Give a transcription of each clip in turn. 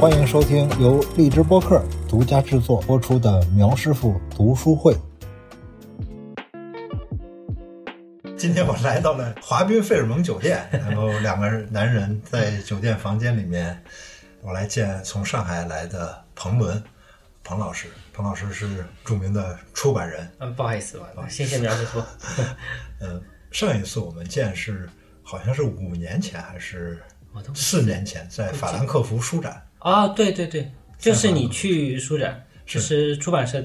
欢迎收听由荔枝播客独家制作播出的《苗师傅读书会》。今天我来到了华彬费尔蒙酒店，然后两个男人在酒店房间里面，我来见从上海来的彭伦，彭老师。彭老师是著名的出版人。嗯，不好意思吧，谢谢苗师傅。呃，上一次我们见是好像是五年前还是我都四年前，在法兰克福书展。 啊，对对对，就是你去书展，是就是出版社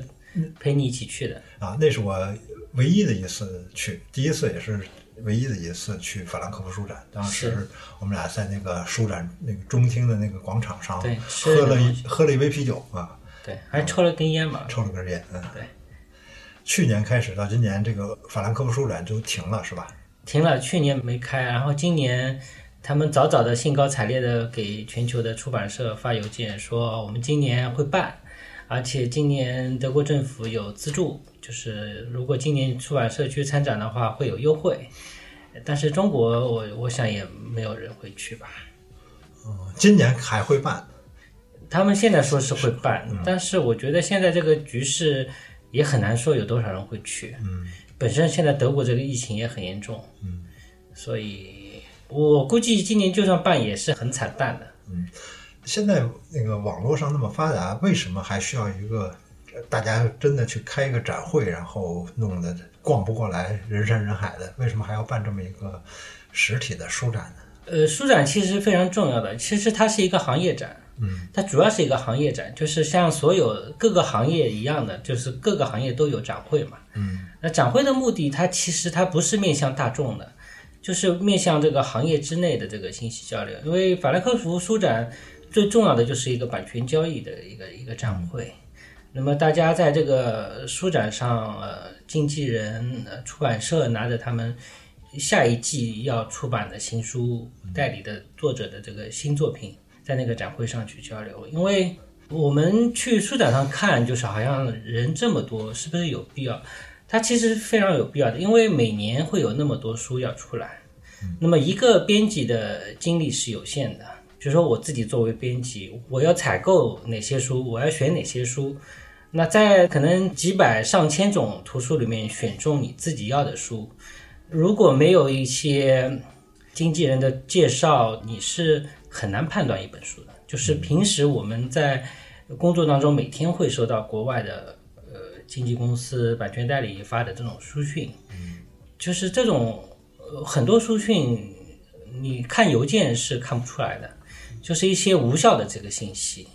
陪你一起去的。啊，那是我唯一的一次去，第一次也是唯一的一次去法兰克福书展。当时是我们俩在那个书展那个中厅的那个广场上对吃喝了了东一喝了一杯啤酒啊，对，还抽了根烟吧。抽了根烟。嗯，对。去年开始到今年，这个法兰克福书展就停了，是吧？停了，去年没开，然后今年他们早早的兴高采烈的给全球的出版社发邮件说，我们今年会办，而且今年德国政府有资助，就是如果今年出版社去参展的话会有优惠。但是中国我，我想也没有人会去吧。嗯，今年还会办。他们现在说是会办，嗯但是我觉得现在这个局势也很难说有多少人会去。嗯，本身现在德国这个疫情也很严重，嗯，所以我估计今年就算办也是很惨淡的。现在那个网络上那么发达，为什么还需要一个呃大家真的去开一个展会，然后弄得逛不过来，人山人海的？为什么还要办这么一个实体的书展呢？呃，书展其实非常重要的，其实它是一个行业展，嗯，它主要是一个行业展，就是像所有各个行业一样的，就是各个行业都有展会嘛，嗯，那展会的目的，它其实它不是面向大众的，就是面向这个行业之内的这个信息交流，因为法兰克福书展最重要的就是一个版权交易的一个一个展会。那么大家在这个书展上，呃，经纪人、呃、出版社拿着他们下一季要出版的新书代理的作者的这个新作品，在那个展会上去交流。因为我们去书展上看，就是好像人这么多，是不是有必要？它其实非常有必要的，因为每年会有那么多书要出来，那么一个编辑的精力是有限的。比如说我自己作为编辑，我要采购哪些书，我要选哪些书，那在可能几百上千种图书里面选中你自己要的书，如果没有一些经纪人的介绍，你是很难判断一本书的。就是平时我们在工作当中，每天会收到国外的呃经纪公司、版权代理发的这种书讯，就是这种呃很多书讯，你看邮件是看不出来的，就是一些无效的这个信息。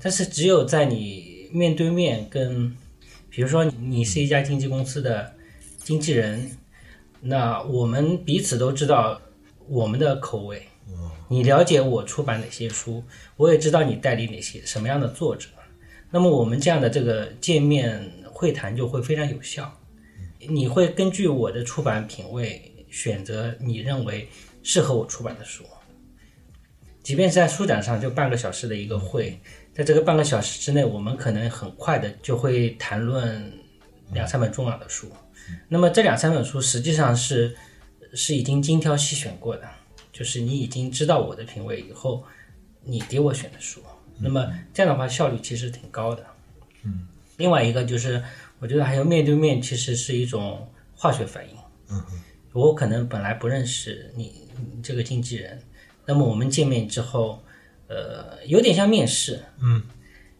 但是只有在你面对面跟，比如说你是一家经纪公司的经纪人，那我们彼此都知道我们的口味，你了解我出版哪些书，我也知道你代理哪些什么样的作者，那么我们这样的这个见面会谈就会非常有效。你会根据我的出版品味选择你认为适合我出版的书，即便是在书展上就半个小时的一个会，在这个半个小时之内，我们可能很快的就会谈论两三本重要的书。那么这两三本书实际上是是已经精挑细选过的，就是你已经知道我的品味以后，你给我选的书。那么这样的话效率其实挺高的。嗯，另外一个就是我觉得还有面对面其实是一种化学反应。嗯，我可能本来不认识你你这个经纪人，那么我们见面之后，呃，有点像面试。嗯，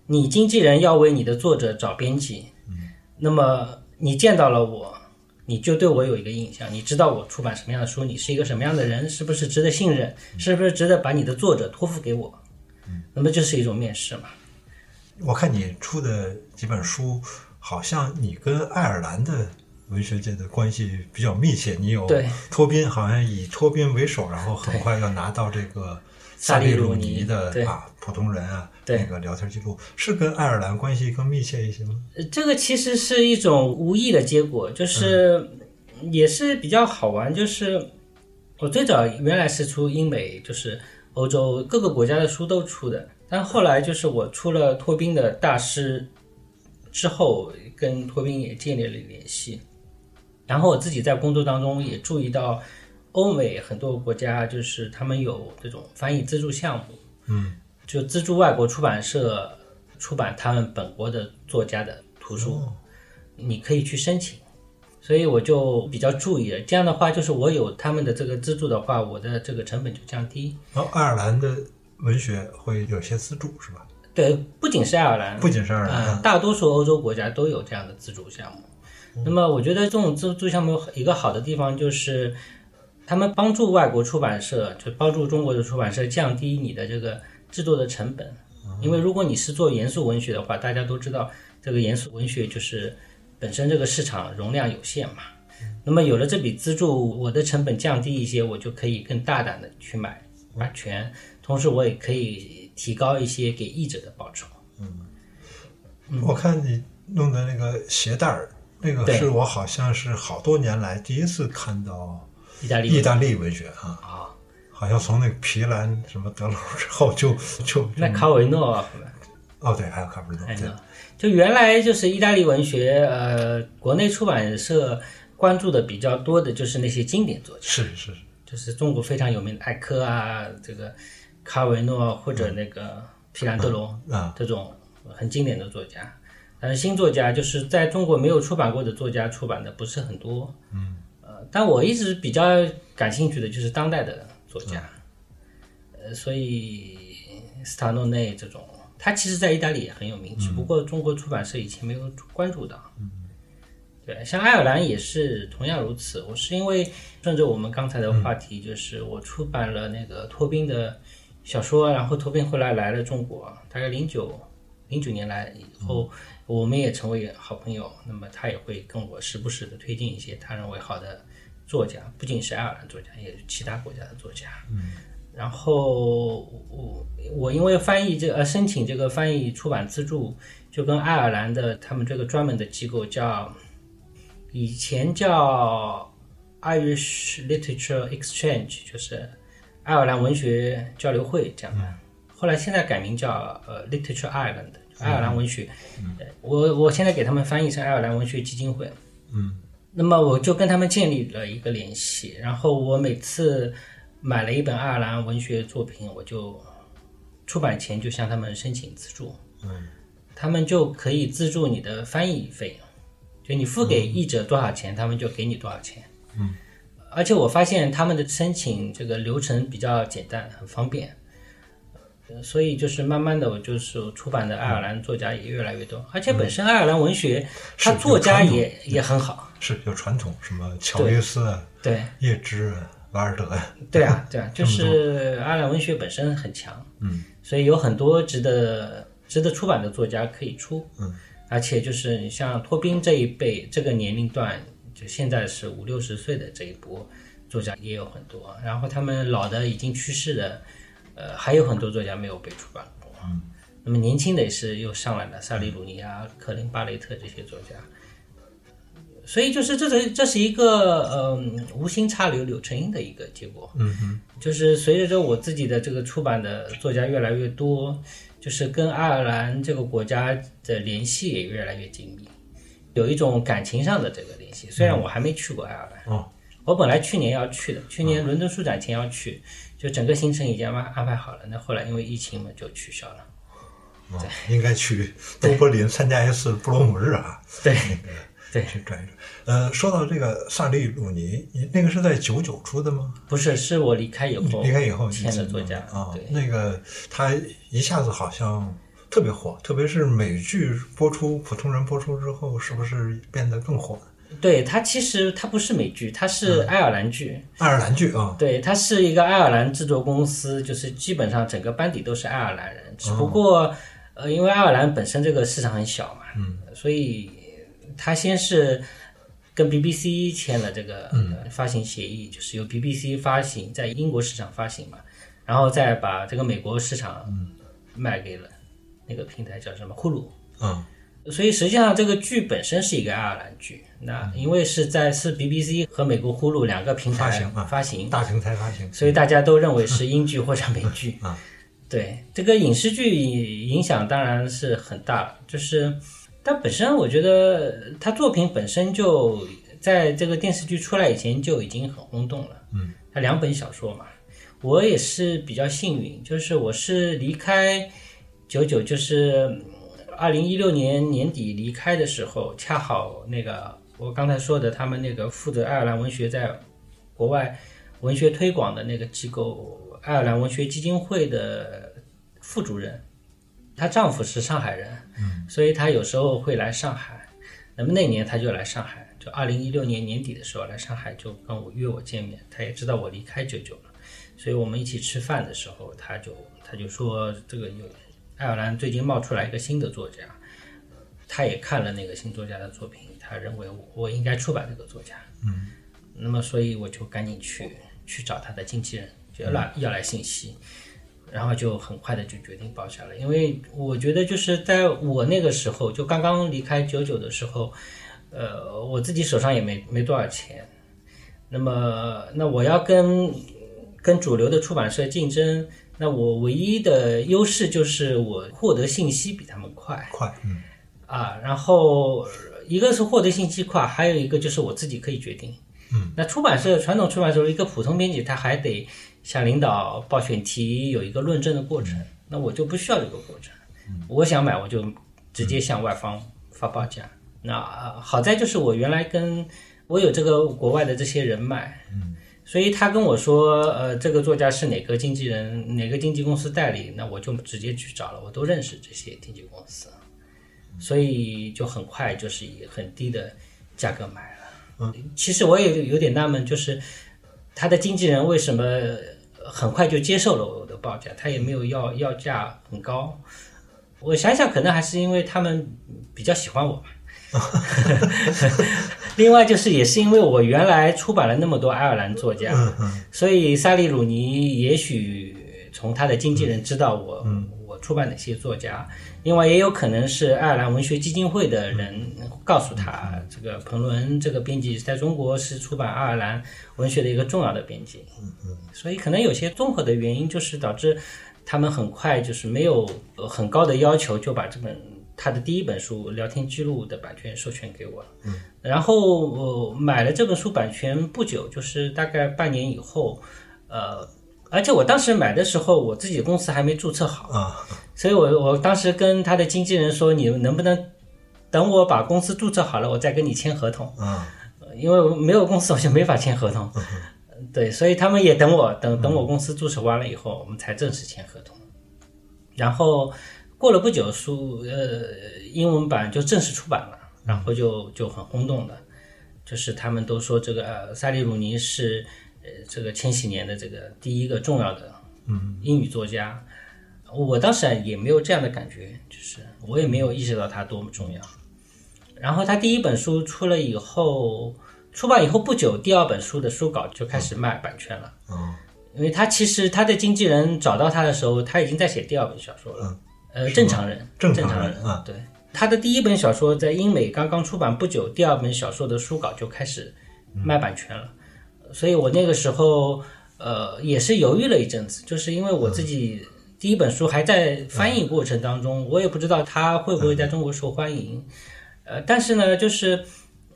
你经纪人要为你的作者找编辑，嗯，那么你见到了我，你就对我有一个印象，你知道我出版什么样的书，你是一个什么样的人，是不是值得信任，是不是值得把你的作者托付给我？那么就是一种面试嘛。我看你出的几本书，好像你跟爱尔兰的文学界的关系比较密切。你有对托宾，好像以托宾为首，然后很快要拿到这个萨利利鲁鲁尼尼的对啊，普通人啊，对那个聊天记录是跟爱尔兰关系更密切一些吗？呃这个其实是一种无意的结果，就是也是比较好玩。就是我最早原来是出英美，就是欧洲各个国家的书都出的，但后来就是我出了托宾的大师之后，跟托宾也建立了联系。然后我自己在工作当中也注意到，欧美很多国家就是他们有这种翻译资助项目，嗯，就资助外国出版社出版他们本国的作家的图书，你可以去申请。所以我就比较注意了，这样的话，就是我有他们的这个资助的话，我的这个成本就降低。然后爱尔兰的文学会有些资助是吧？对，不仅是爱尔兰，不仅是爱尔兰，呃，大多数欧洲国家都有这样的自主项目。那么，我觉得这种自助项目有一个好的地方就是，他们帮助外国出版社，就帮助中国的出版社降低你的这个制作的成本。因为如果你是做严肃文学的话，大家都知道这个严肃文学就是本身这个市场容量有限嘛。那么有了这笔资助，我的成本降低一些，我就可以更大胆的去买版权，同时我也可以提高一些给译者的报酬。我看你弄的那个鞋带儿，那个嗯对是我好像是好多年来第一次看到意大利意大利文学啊，啊、好像从那个皮兰什么德鲁之后就就那卡维诺哦对，还有卡布里诺嗯哎对，呢，就原来就是意大利文学，呃，国内出版社关注的比较多的就是那些经典作家，是是，就是中国非常有名的艾科啊，这个卡维诺啊或者那个皮兰德罗嗯啊这种很经典的作家。但是新作家就是在中国没有出版过的作家出版的不是很多，嗯，呃，但我一直比较感兴趣的就是当代的作家，嗯呃，所以斯塔诺内这种，他其实在意大利也很有名，只嗯不过中国出版社以前没有关注到。对，像爱尔兰也是同样如此。我是因为顺着我们刚才的话题，就是我出版了那个托宾的小说，然后托宾后来来了中国，大概零九零九年来以后，我们也成为好朋友。那么他也会跟我时不时的推荐一些他认为好的作家，不仅是爱尔兰作家，也是其他国家的作家。然后我我因为翻译这呃申请这个翻译出版资助，就跟爱尔兰的他们这个专门的机构叫，以前叫 Irish Literature Exchange，就是爱尔兰文学交流会这样的。后来现在改名叫呃 Literature Ireland，爱尔兰文学。呃我我现在给他们翻译成爱尔兰文学基金会。那么我就跟他们建立了一个联系，然后我每次买了一本爱尔兰文学作品，我就出版前就向他们申请资助，嗯，他们就可以资助你的翻译费用，就你付给译者多少钱，他们就给你多少钱，嗯，而且我发现他们的申请这个流程比较简单，很方便。呃所以就是慢慢的，我就是出版的爱尔兰作家也越来越多，而且本身爱尔兰文学，嗯是它有作家传统也也很好，是有传统，什么乔伊斯啊、对叶芝啊、瓦尔德呀， 对啊，对啊，就这么是阿兰文学本身很强，嗯，所以有很多值得值得出版的作家可以出，嗯，而且就是你像托宾这一辈这个年龄段，就现在是五六十岁的这一波作家也有很多，然后他们老的已经去世的，呃，还有很多作家没有被出版过，嗯，那么年轻的也是又上来了，萨利鲁尼亚、克林巴雷特这些作家。所以就是这是这是一个嗯无心插柳柳成荫的一个结果，嗯哼，就是随着着我自己的这个出版的作家越来越多，就是跟爱尔兰这个国家的联系也越来越紧密，有一种感情上的这个联系。虽然我还没去过爱尔兰，嗯哦，我本来去年要去的，去年伦敦书展前要去，就整个行程已经安排安排好了。那后来因为疫情嘛，就取消了。哦应该去东柏林参加一次布罗姆日啊，对，对去转一转。呃，说到这个萨利鲁尼，你那个是在九九出的吗？不是，是我离开以后，离开以后签的作家啊，对。那个他一下子好像特别火，特别是美剧播出，普通人播出之后，是不是变得更火？对它其实它不是美剧，它是爱尔兰剧。爱尔兰剧啊，对，它是一个爱尔兰制作公司，就是基本上整个班底都是爱尔兰人，只不过、呃，因为爱尔兰本身这个市场很小嘛，嗯，所以它先是跟 BBC 签了这个、呃发行协议，就是由 BBC 发行在英国市场发行嘛，然后再把这个美国市场卖给了那个平台叫什么呼噜。嗯所以实际上，这个剧本身是一个爱尔兰剧。那因为是在是 BBC 和美国呼噜两个平嗯台发行啊发行，大平台发行，所以大家都认为是英剧或者美剧 啊。对，这个影视剧影响当然是很大，就是，但本身我觉得他作品本身就在这个电视剧出来以前就已经很轰动了。嗯，他两本小说嘛，我也是比较幸运，就是我是离开九九，就是二零一六年年底离开的时候，恰好那个我刚才说的，他们那个负责爱尔兰文学在国外文学推广的那个机构——爱尔兰文学基金会的副主任，她丈夫是上海人，所以她有时候会来上海。那么那年她就来上海，就二零一六年年底的时候来上海，就跟我约我见面。她也知道我离开九九了，所以我们一起吃饭的时候，她就她就说这个有爱尔兰最近冒出来一个新的作家，她也看了那个新作家的作品，她认为我我应该出版这个作家。那么所以我就赶紧去去找他的经纪人，就要来要来信息，然后就很快的就决定报销了。因为我觉得就是在我那个时候，就刚刚离开九九的时候，呃，我自己手上也没没多少钱，那么那我要跟跟主流的出版社竞争，那我唯一的优势就是我获得信息比他们快。快，嗯啊，然后呃一个是获得信息快，还有一个就是我自己可以决定。嗯，那出版社传统出版社一个普通编辑，他还得向领导报选题，有一个论证的过程。那我就不需要这个过程，我想买我就直接向外方发报价。那呃好在就是我原来跟我有这个国外的这些人脉，嗯，所以他跟我说，呃，这个作家是哪个经纪人、哪个经纪公司代理，那我就直接去找了，我都认识这些经纪公司。所以就很快就是以很低的价格买了。嗯，其实我也有点纳闷，就是他的经纪人为什么很快就接受了我的报价，他也没有要要价很高。我想想，可能还是因为他们比较喜欢我 吧。另外就是，也是因为我原来出版了那么多爱尔兰作家，嗯嗯，所以萨利鲁尼也许从他的经纪人知道我、嗯我出版哪些作家，另外也有可能是爱尔兰文学基金会的人告诉他，这个彭伦这个编辑在中国是出版爱尔兰文学的一个重要的编辑，所以可能有些综合的原因，就是导致他们很快就是没有呃很高的要求就把这本他的第一本书《聊天记录》的版权授权给我了。嗯，然后我、呃买了这本书版权不久，就是大概半年以后，呃，而且我当时买的时候，我自己的公司还没注册好，啊， 所以我我当时跟他的经纪人说，你能不能等我把公司注册好了，我再跟你签合同。呃啊，因为我没有公司我就没法签合同， 对，所以他们也等我等等我公司注册完了以后，我们才正式签合同。然后过了不久，书呃英文版就正式出版了，然后就就很轰动了，就是他们都说这个、呃、萨利鲁尼是呃这个千禧年的这个第一个重要的嗯英语作家。我当时啊也没有这样的感觉，就是我也没有意识到它多么重要。然后他第一本书出了以后，出版以后不久，第二本书的书稿就开始卖版权了。嗯，因为他其实他的经纪人找到他的时候，他已经在写第二本小说了。呃，正常人，嗯正正常常人啊对。他的第一本小说在英美刚刚出版不久，第二本小说的书稿就开始卖版权了。所以我那个时候呃也是犹豫了一阵子，就是因为我自己第一本书还在翻译过程当中，我也不知道它会不会在中国受欢迎。呃，但是呢，就是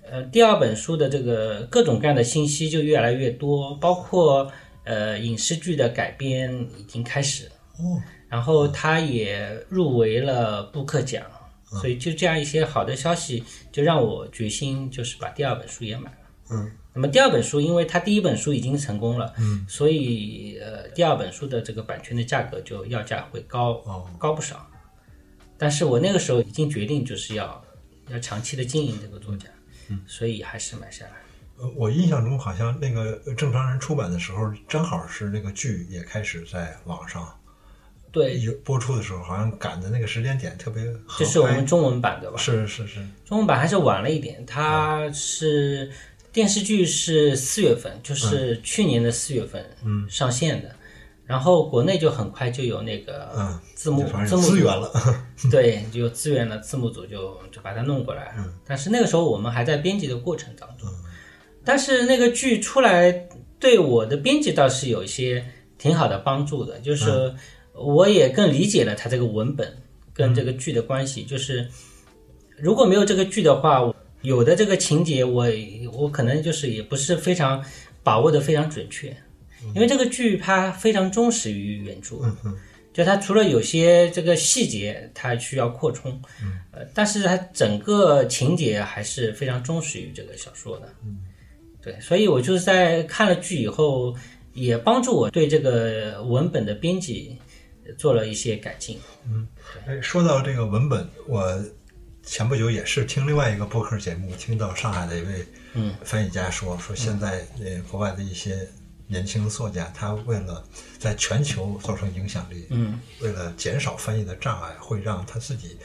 呃第二本书的这个各种各样的信息就越来越多，包括呃影视剧的改编已经开始了。哦，然后他也入围了布克奖，所以就这样一些好的消息，就让我决心就是把第二本书也买了。嗯，那么第二本书，因为他第一本书已经成功了，嗯，所以呃，第二本书的这个版权的价格就要价会高、哦高不少。但是我那个时候已经决定就是要要长期的经营这个作家，嗯，所以还是买下来。呃我印象中好像那个呃正常人出版的时候，正好是那个剧也开始在网上对，有播出的时候，好像赶的那个时间点特别合这是我们拍。中文版对吧？是是是，嗯中文版还是晚了一点，它是电视剧是四月份，嗯就是去年的四月份上线的，然后国内就很快就有那个嗯字幕、就反字正幕有组资源，了， 对，就有资源了，字幕组就就把它弄过来。但是那个时候我们还在编辑的过程当中，但是那个剧出来对我的编辑倒是有一些挺好的帮助的，就是我也更理解了它这个文本跟这个剧的关系，就是。如果没有这个剧的话，我有的这个情节我我可能就是也不是非常把握的非常准确，因为这个剧它非常忠实于原著，嗯嗯就它除了有些这个细节它需要扩充，呃，但是它整个情节还是非常忠实于这个小说的，嗯，对，所以我就是在看了剧以后，也帮助我对这个文本的编辑做了一些改进。哎，说到这个文本，我前不久也是听另外一个播客节目，听到上海的一位嗯翻译家说，说现在呃国外的一些年轻作家，他为了在全球造成影响力，嗯，为了减少翻译的障碍，会让他自己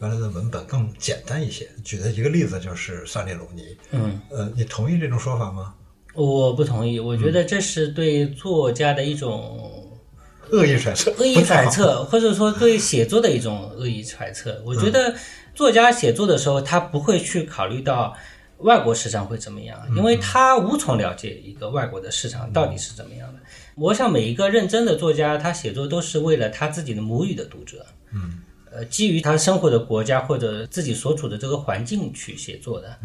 原来的文本更简单一些。举的一个例子就是萨列鲁尼，嗯，呃，你同意这种说法吗？我不同意，我觉得这是对作家的一种恶意揣测，恶意不太揣好，测，或者说对写作的一种恶意揣测。我嗯觉得作家写作的时候，他不会去考虑到外国市场会怎么样，嗯因为他无从了解一个外国的市场到底是怎么样的。我想每一个认真的作家，他写作都是为了他自己的母语的读者，嗯，呃，基于他生活的国家或者自己所处的这个环境去写作的，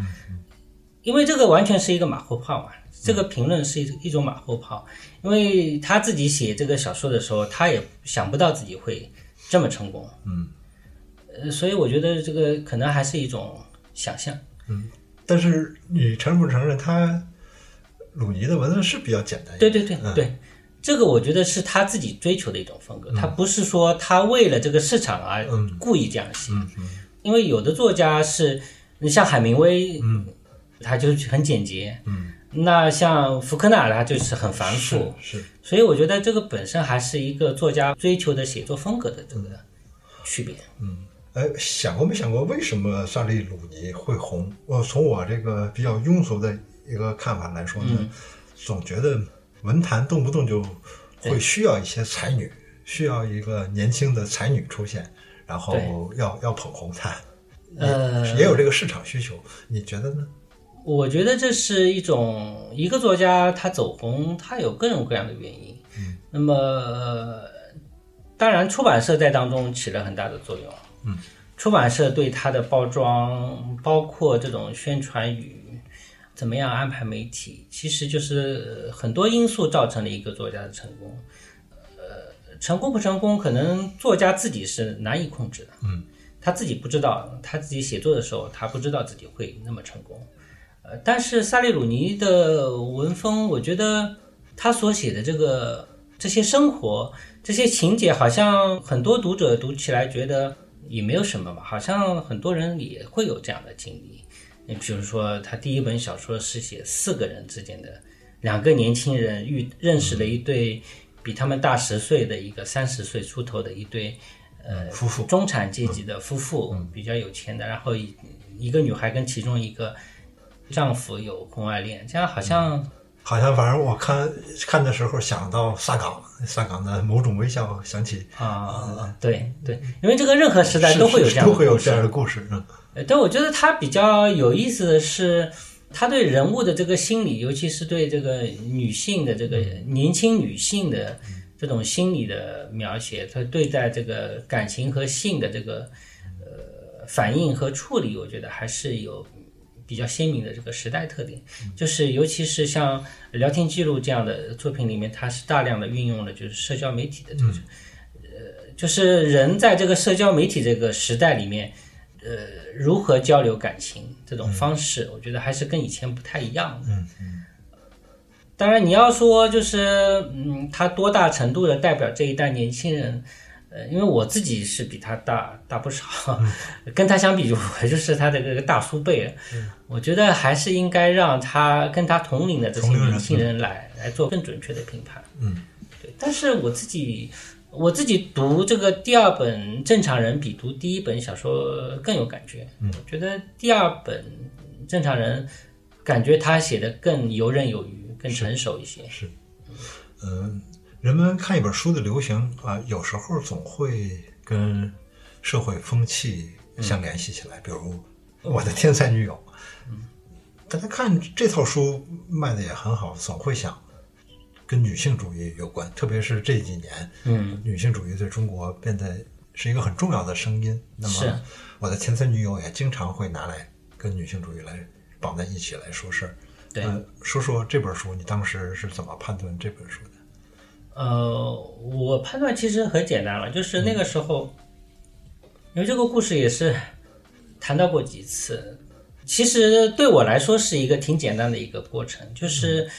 因为这个完全是一个马后炮嘛。这个评论是一一种马后炮，因为他自己写这个小说的时候，他也想不到自己会这么成功。嗯呃，所以我觉得这个可能还是一种想象。哎但是你承认不承认他？鲁尼的文字是比较简单一点，对对对嗯对，这个我觉得是他自己追求的一种风格，他不是说他为了这个市场而嗯故意这样写，嗯嗯因为有的作家是，你像海明威，嗯他就是很简洁，嗯，那像福克纳他就是很繁复，是是所以我觉得这个本身还是一个作家追求的写作风格的这个区别。哎，想过没想过为什么萨利鲁尼会红？我从我这个比较庸俗的一个看法来说呢，嗯总觉得文坛动不动就会需要一些才女，需要一个年轻的才女出现，然后要要捧红她，呃，也有这个市场需求。你觉得呢？我觉得这是一种一个作家他走红，他有各种各样的原因。嗯、那么、呃当然出版社在当中起了很大的作用。嗯，出版社对他的包装，包括这种宣传语，怎么样安排媒体，其实就是呃很多因素造成了一个作家的成功。呃，成功不成功，可能作家自己是难以控制的。嗯，他自己不知道，他自己写作的时候，他不知道自己会那么成功。呃，但是萨利鲁尼的文风，我觉得他所写的这个这些生活、这些情节，好像很多读者读起来觉得也没有什么吧，好像很多人也会有这样的经历。你比如说，他第一本小说是写四个人之间的，两个年轻人遇认识了一对比他们大十岁的一个三十岁出头的一对呃，夫妇，嗯中产阶级的夫妇，比较有钱的，然后一一个女孩跟其中一个丈夫有婚外恋，这样好像好像反正我看看的时候想到萨岗，萨岗的某种微笑，想起啊、对对，因为这个任何时代都会有这样的都会有故事这样的故事。嗯呃，但我觉得他比较有意思的是，他对人物的这个心理，尤其是对这个女性的这个年轻女性的这种心理的描写，他对待这个感情和性的这个呃反应和处理，我觉得还是有比较鲜明的这个时代特点。就是尤其是像《聊天记录》这样的作品里面，它是大量的运用了就是社交媒体的这种。呃，就是人在这个社交媒体这个时代里面，呃，如何交流感情这种方式，我觉得还是跟以前不太一样的。嗯当然，你要说就是，嗯，他多大程度的代表这一代年轻人，呃，因为我自己是比他大大不少，跟他相比，我就是他的这个大叔辈了。我觉得还是应该让他跟他同龄的这些同龄人年轻人来来做更准确的评判。嗯，对。但是我自己，我自己读这个第二本《正常人》比读第一本小说更有感觉。嗯，我觉得第二本《正常人》感觉他写的更游刃有余，更成熟一些。嗯，人们看一本书的流行啊，有时候总会跟社会风气相联系起来。比如《我的天才女友》，大家看这套书卖的也很好，总会想跟女性主义有关，特别是这几年，嗯，女性主义对中国变得是一个很重要的声音。那是么，我的天才女友也经常会拿来跟女性主义来绑在一起来说事儿。对。呃，说说这本书，你当时是怎么判断这本书的？呃，我判断其实很简单了，就是那个时候，因为这个故事也是谈到过几次，其实对我来说是一个挺简单的一个过程，就是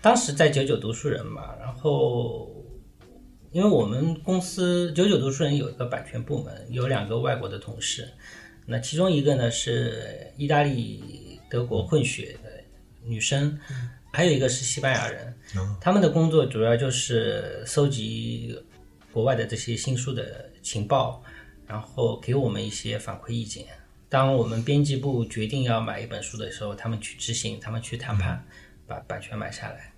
当时在九九读书人嘛，然后因为我们公司九九读书人有一个版权部门，有两个外国的同事，那其中一个呢是意大利、德国混血的女生，还有一个是西班牙人。他们的工作主要就是搜集国外的这些新书的情报，然后给我们一些反馈意见。当我们编辑部决定要买一本书的时候，他们去执行，他们去谈判，把版权买下来。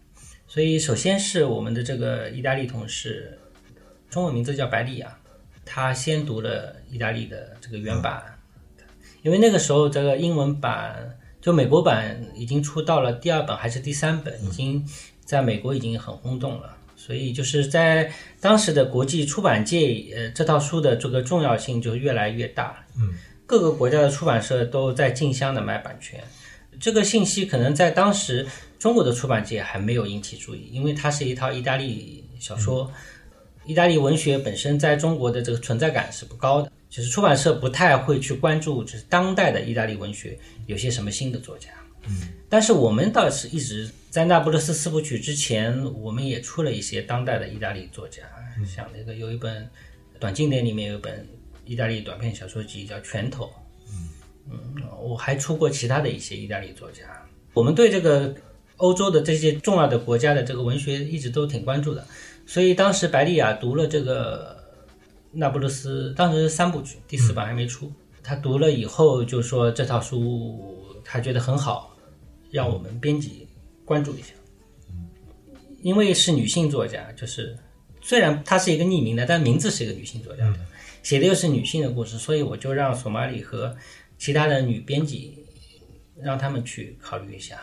所以，首先是我们的这个意大利同事，中文名字叫白丽亚，她先读了意大利的这个原版，因为那个时候这个英文版就美国版已经出到了第二本还是第三本，已经在美国已经很轰动了。所以就是在当时的国际出版界，呃，这套书的这个重要性就越来越大。嗯，各个国家的出版社都在竞相的买版权，这个信息可能在当时中国的出版界还没有引起注意，因为它是一套意大利小说，意大利文学本身在中国的这个存在感是不高的，就是出版社不太会去关注，就是当代的意大利文学有些什么新的作家。嗯，但是我们倒是一直在《那不勒斯四部曲》之前，我们也出了一些当代的意大利作家，像那个有一本短经典里面有一本意大利短篇小说集叫《拳头》，嗯，我还出过其他的一些意大利作家。我们对这个欧洲的这些重要的国家的这个文学一直都挺关注的，所以当时白丽亚读了这个那不勒斯，当时是三部曲，第四版还没出。他读了以后就说这套书他觉得很好，让我们编辑关注一下。因为是女性作家，就是虽然她是一个匿名的，但名字是一个女性作家的，写的又是女性的故事，所以我就让索马里和其他的女编辑让他们去考虑一下。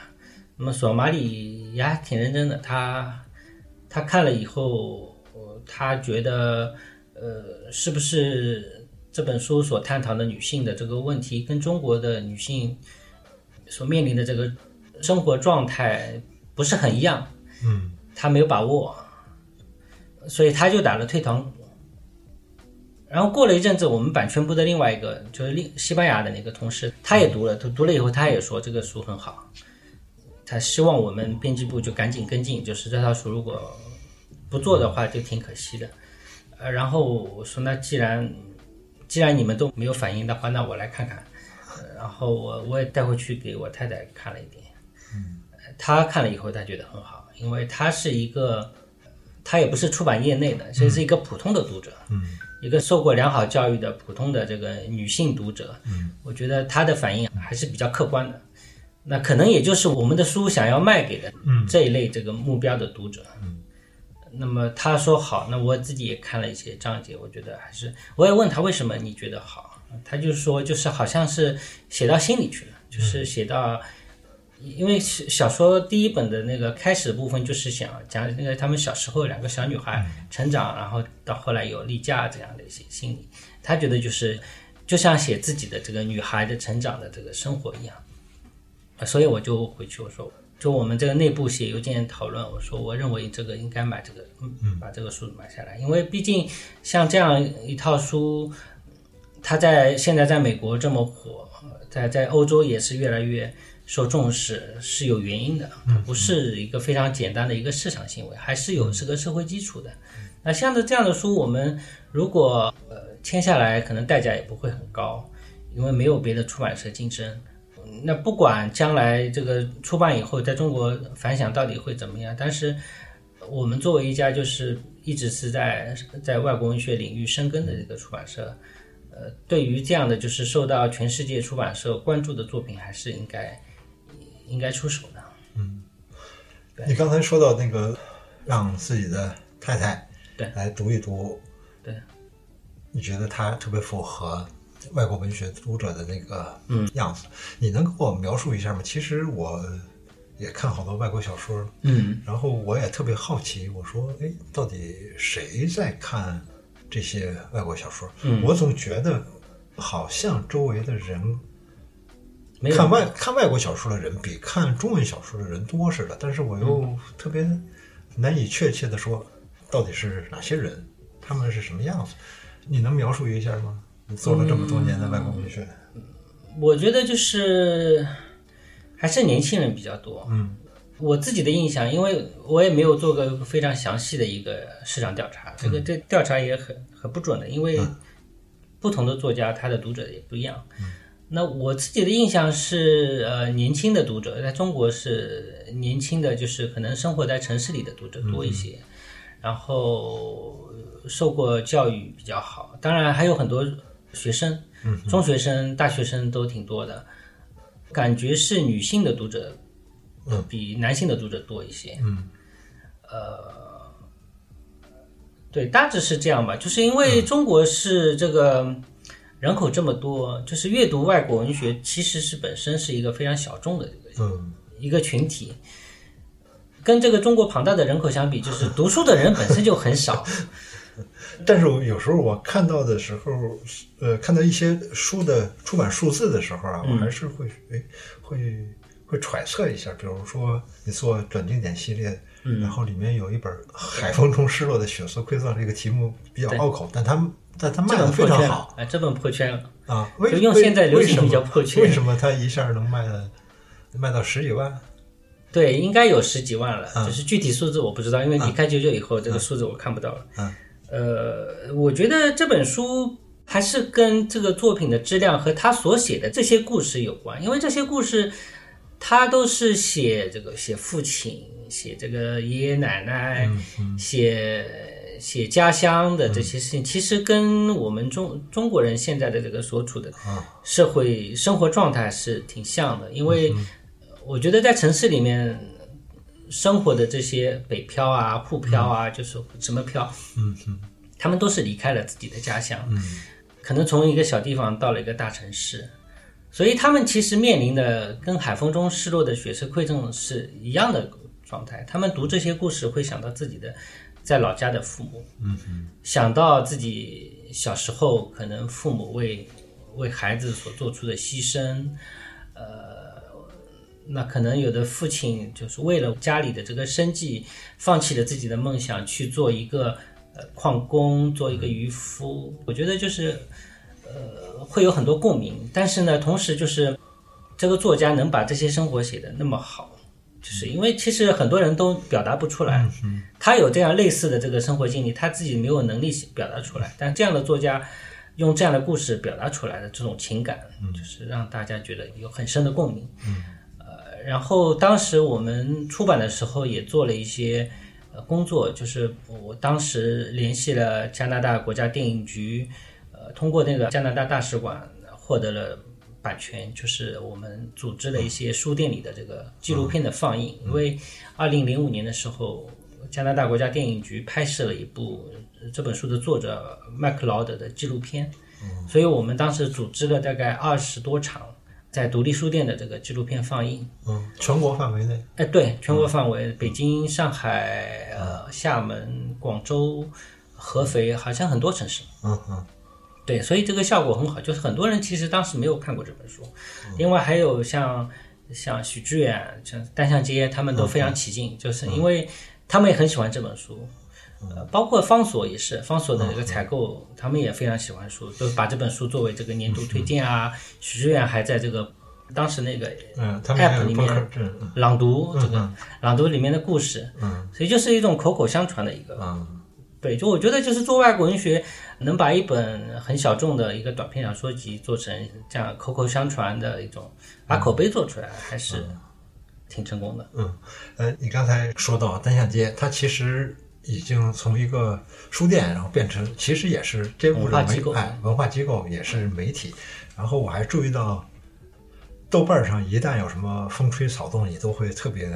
那么索马里也还挺认真的，她她看了以后，呃她觉得呃，是不是这本书所探讨的女性的这个问题，跟中国的女性所面临的这个生活状态不是很一样？嗯，他没有把握，所以他就打了退堂鼓。然后过了一阵子，我们版权部的另外一个就是另西班牙的那个同事，他也读了，读读了以后，他也说这个书很好，他希望我们编辑部就赶紧跟进，就是这套书如果不做的话就挺可惜的。呃，然后我说那既然既然你们都没有反应的话，那我来看看。呃然后我我也带回去给我太太看了一点。呃他看了以后，他觉得很好，因为他是一个，他也不是出版业内的，这是一个普通的读者，嗯，一个受过良好教育的普通的这个女性读者，嗯，我觉得他的反应还是比较客观的，那可能也就是我们的书想要卖给的这一类这个目标的读者，嗯，那么他说好，那我自己也看了一些章节，我觉得还是，我也问他为什么你觉得好，他就说就是好像是写到心里去了，就是写到。因为小小说第一本的那个开始部分就是想讲那个他们小时候两个小女孩成长，然后到后来有例假这样的一些心理，他觉得就是就像写自己的这个女孩的成长的这个生活一样，啊所以我就回去我说，就我们这个内部写邮件讨论，我说我认为这个应该买这个，嗯，把这个书买下来，因为毕竟像这样一套书，它在现在在美国这么火，在在欧洲也是越来越。受重视是有原因的，它不是一个非常简单的一个市场行为，还是有这个社会基础的。那像这这样的书，我们如果呃签下来，可能代价也不会很高，因为没有别的出版社竞争。嗯那不管将来这个出版以后在中国反响到底会怎么样，但是我们作为一家就是一直是在在外国文学领域深耕的一个出版社，呃，对于这样的就是受到全世界出版社关注的作品，还是应该应该出手的。你刚才说到那个让自己的太太对来读一读，对，你觉得她特别符合外国文学读者的那个嗯样子？你能给我描述一下吗？其实我也看好多外国小说，嗯，然后我也特别好奇，我说，哎，到底谁在看这些外国小说？嗯我总觉得好像周围的人没看有。外看外国小说的人比嗯看中文小说的人多似的，但是我又特别难以确切的说到底是哪些人，他们是什么样子？你能描述一下吗？你做了这么多年的外国文学，我觉得就是还是年轻人比较多。嗯，我自己的印象，因为我也没有做过非常详细的一个市场调查，这个这调查也很很不准的，因为不同的作家他的读者也不一样。那我自己的印象是，呃，年轻的读者在中国是年轻的，就是可能生活在城市里的读者多一些，然后呃受过教育比较好，当然还有很多学生，嗯中学生、大学生都挺多的，感觉是女性的读者比男性的读者多一些。嗯，呃，对，大致是这样吧。就是因为嗯中国是这个人口这么多，就是阅读外国文学其实是本身是一个非常小众的嗯，一个群体。跟这个中国庞大的人口相比，就是读书的人本身就很 少。但是我有时候我看到的时候，呃，看到一些书的出版数字的时候嗯啊，我还是会哎会会揣测一下，比如说你做转经典系列。嗯然后里面有一本《海风中失落的血色馈赠》，这个题目比较拗口，但它但它这卖本的非破常圈好了，哎，这本破圈了。啊。就为用为现在流为行什比么较破圈为什么它一下能卖的卖到十几万？对，应该有十几万了，嗯就是具体数字我不知道，因为离开九九以后、这个数字我看不到了。嗯呃，我觉得这本书还是跟这个作品的质量和他所写的这些故事有关，因为这些故事他都是写这个写父亲，写这个爷爷奶奶，写写家乡的这些事情，其实跟我们中中国人现在的这个所处的社会生活状态是挺像的，因为我觉得在城市里面生活的这些北漂啊、沪漂啊，就是什么漂，嗯嗯他们都是离开了自己的家乡，嗯可能从一个小地方到了一个大城市，所以他们其实面临的跟海风中失落的血色馈赠是一样的状态。他们读这些故事会想到自己的在老家的父母，嗯嗯。想到自己小时候可能父母为为孩子所做出的牺牲，呃，那可能有的父亲就是为了家里的这个生计，放弃了自己的梦想去做一个呃矿工，做一个渔夫。我觉得就是呃会有很多共鸣，但是呢，同时就是呃这个作家能把这些生活写得那么好。就是因为其实很多人都表达不出来，他有这样类似的这个生活经历，他自己没有能力表达出来，但这样的作家用这样的故事表达出来的这种情感，就是让大家觉得有很深的共鸣。呃，然后当时我们出版的时候也做了一些呃工作，就是我当时联系了加拿大国家电影局，呃，通过那个加拿大大使馆获得了。版权就是我们组织了一些书店里的这个纪录片的放映，因为二零零五年的时候，加拿大国家电影局拍摄了一部呃这本书的作者麦克劳德的纪录片，所以我们当时组织了大概二十多场在独立书店的这个纪录片放映。嗯，全国范围内，哎，对，全国范围，北京、上海、呃、厦门、广州、合肥，好像很多城市。嗯嗯对，所以这个效果很好，就是很多人其实当时没有看过这本书。另外还有像像许志远、像单向街，他们都非常起劲，就是因为他们也很喜欢这本书。呃，包括方所也是，方所的那个采购，他们也非常喜欢书，就把这本书作为这个年度推荐啊。许志远还在这个当时那个嗯，他们还 App 里有博面客镇，嗯朗读这个朗读里面的故事，嗯所以就是一种口口相传的一个。嗯对，就我觉得就是做外国文学，能把一本很小众的一个短篇小说集做成这样口口相传的一种，把口碑做出来，还是挺成功的。嗯，呃，你刚才说到单向街，它其实已经从一个书店，然后变成其实也是这部文化的媒机构哎，文化机构也是媒体。然后我还注意到，豆瓣上一旦有什么风吹草动，你都会特别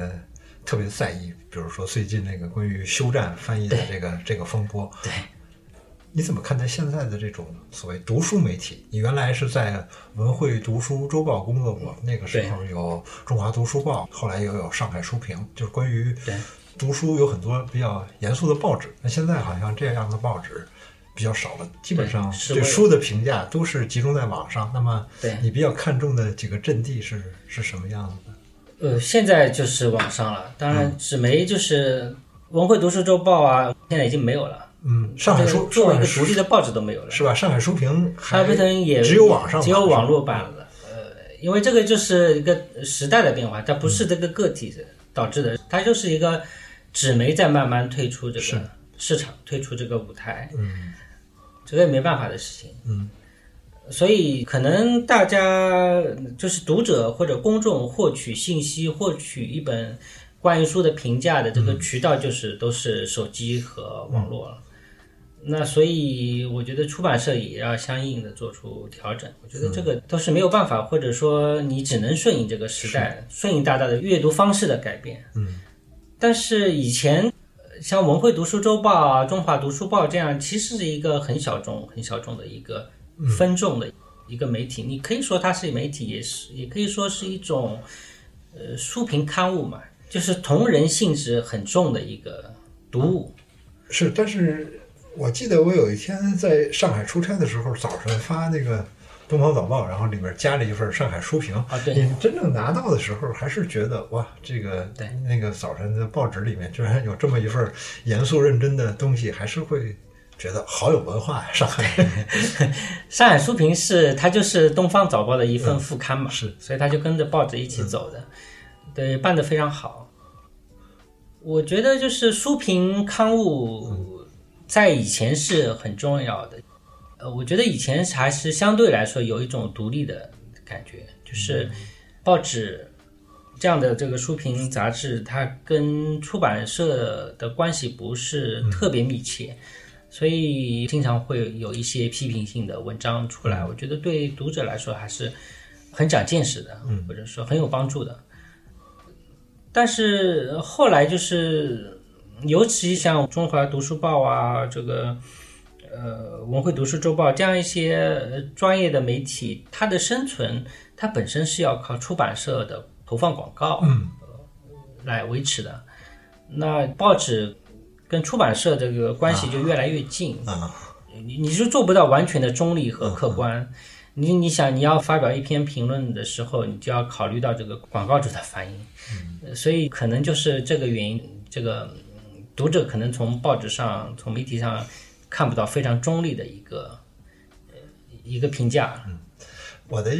特别在意。比如说最近那个关于休战翻译的这个这个风波，对，你怎么看待现在的这种所谓读书媒体？你原来是在文汇读书周报工作嗯过，那个时候有中华读书报，后来又有上海书评，就是关于对读书有很多比较严肃的报纸。那现在好像这样的报纸比较少了，基本上是对我书的评价都是集中在网上。那么对你比较看重的几个阵地是是什么样子的？嗯呃，现在就是网上了，当然纸媒就是文汇读书周报啊，现在已经没有了。嗯，上海这书个作为一个上独海立书的报纸都没有了。是吧？上海书评哈还维腾也只有网上版只有网络版了。呃，因为这个就是一个时代的变化，它不是这个个体导致嗯的，它就是一个纸媒在慢慢退出这是个市场，退出这个舞台，嗯这个也没办法的事情。嗯所以，可能大家就是读者或者公众获取信息、获取一本关于书的评价的这嗯个渠道，就是都是手机和网络了。那所以，我觉得出版社也要相应的做出调整。我觉得这个都是没有办法，或者说你只能顺应这个时代，顺应大家的阅读方式的改变。嗯但是以前，呃像文汇读书周报啊、中华读书报这样，其实是一个很小众、很小众的一个分众的一个媒体。你可以说它是媒体，也是也可以说是一种呃书评刊物嘛，就是同人性质很重的一个读物。是，但是我记得我有一天在上海出差的时候，早上发那个。东方早报，然后里面加了一份上海书评啊对你真正拿到的时候，还是觉得哇，这个对那个早晨的报纸里面居然有这么一份严肃认真的东西，还是会觉得好有文化呀，上海。上海书评是它就是《东方早报》的一份副刊嘛，是，所以它就跟着报纸一起走的，对，办得非常好。我觉得就是书评刊物在以前是很重要的，呃，我觉得以前还是相对来说有一种独立的感觉，就是报纸这样的这个书评杂志，它跟出版社的关系不是特别密切。所以经常会有一些批评性的文章出来，我觉得对读者来说还是很长见识的，或者说很有帮助的。但是后来就是，尤其像中华读书报啊，这个呃文汇读书周报这样一些呃专业的媒体，它的生存它本身是要靠出版社的投放广告，呃嗯来维持的。那报纸跟出版社这个关系就越来越近，啊，嗯你你就做不到完全的中立和客观。你你想你要发表一篇评论的时候，你就要考虑到这个广告主的反应，嗯呃所以可能就是这个原因，这个嗯读者可能从报纸上、从媒体上看不到非常中立的一个呃一个评价。 我的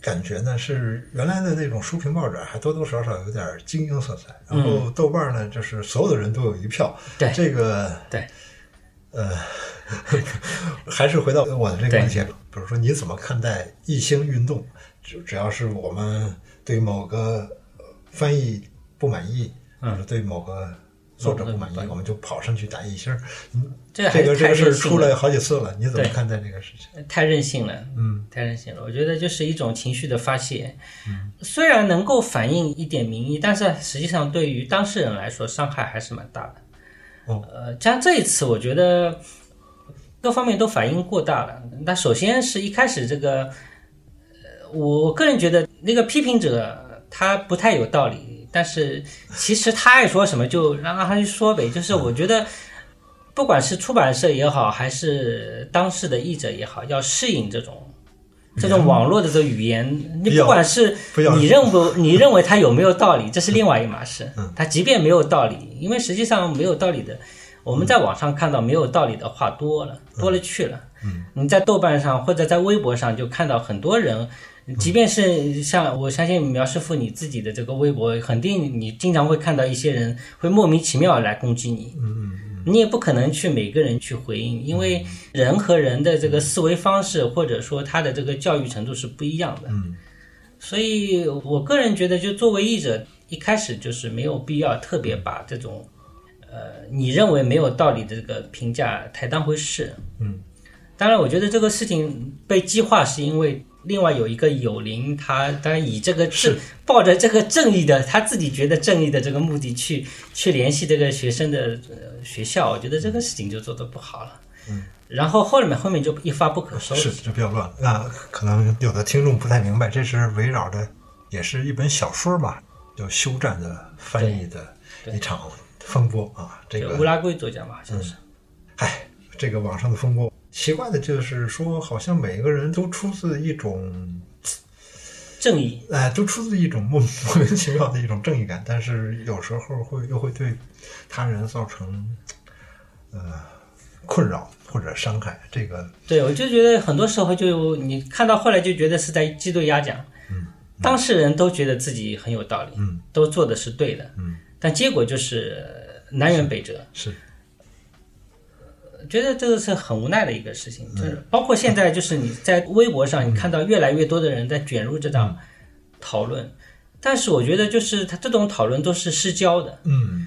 感觉呢是，原来的那种书评报纸还多多少少有点精英色彩，然后豆瓣呢，就是所有的人都有一票。嗯对这个对，呃，还是回到我的这个问题，比如说你怎么看待异星运动？只只要是我们对某个呃翻译不满意，嗯或者对某个作者不满意某个不满，意我们就跑上去打一星儿。嗯这个还这是个这太个事任儿性出了来好几次了，你怎么对看待这个事情？太任性了，嗯，太任性了。我觉得就是一种情绪的发泄，虽然能够反映一点民意，但是实际上对于当事人来说，伤害还是蛮大的。哦呃，像这一次，我觉得各方面都反应过大了。那首先是一开始这个，呃，我个人觉得那个批评者他不太有道理，但是其实他爱说什么就让让他去说呗。就是我觉得，不管是出版社也好，还是当事的译者也好，要适应这种。这种网络的这个语言，比你不较管是不嗯要你认不你认为它有没有道理，这是另外一码事嗯。它即便没有道理，因为实际上没有道理的，我们在网上看到没有道理的话多了，嗯多了去了。你在豆瓣上或者在微博上就看到很多人，嗯即便是像我相信苗师傅你自己的这个微博，肯定你经常会看到一些人会莫名其妙来攻击你。嗯嗯你也不可能去每个人去回应，因为人和人的这个思维方式，或者说他的这个教育程度是不一样的。嗯所以我个人觉得，就作为译者，一开始就是没有必要特别把这种，呃，你认为没有道理的这个评价太当回事。嗯，当然，我觉得这个事情被激化是因为另外有一个友邻，他当然以这个正抱着这个正义的他自己觉得正义的这个目的去去联系这个学生的、呃、学校，我觉得这个事情就做得不好了。嗯，然后后面后面就一发不可收拾是，。这比较乱。那可能有的听众不太明白，这是围绕着，也是一本小说嘛，有休战的翻译的一场风波啊。这就个乌拉圭作家嘛，好像是。哎，这个网上的风波，奇怪的就是说，好像每个人都出自一种正义，哎，都出自一种莫莫名 其妙的一种正义感，但是有时候会又会对他人造成呃困扰或者伤害。这个对我就觉得很多时候就你看到后来就觉得是在鸡对鸭讲，当事人都觉得自己很有道理，嗯都做的是对的，嗯但结果就是南辕北辙。是觉得这个是很无奈的一个事情，就是嗯包括现在，就是你在微博上，你看到越来越多的人在卷嗯入这档讨论，但是我觉得就是他这种讨论都是失焦的，嗯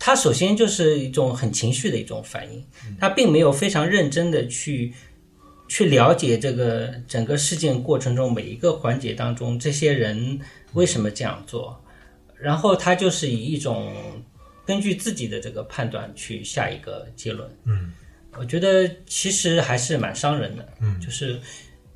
它首先就是一种很情绪的一种反应，它并没有非常认真的去去了解这个整个事件过程中每一个环节当中这些人为什么这样做，然后他就是以一种根据自己的这个判断去下一个结论。嗯我觉得其实还是蛮伤人的，嗯就是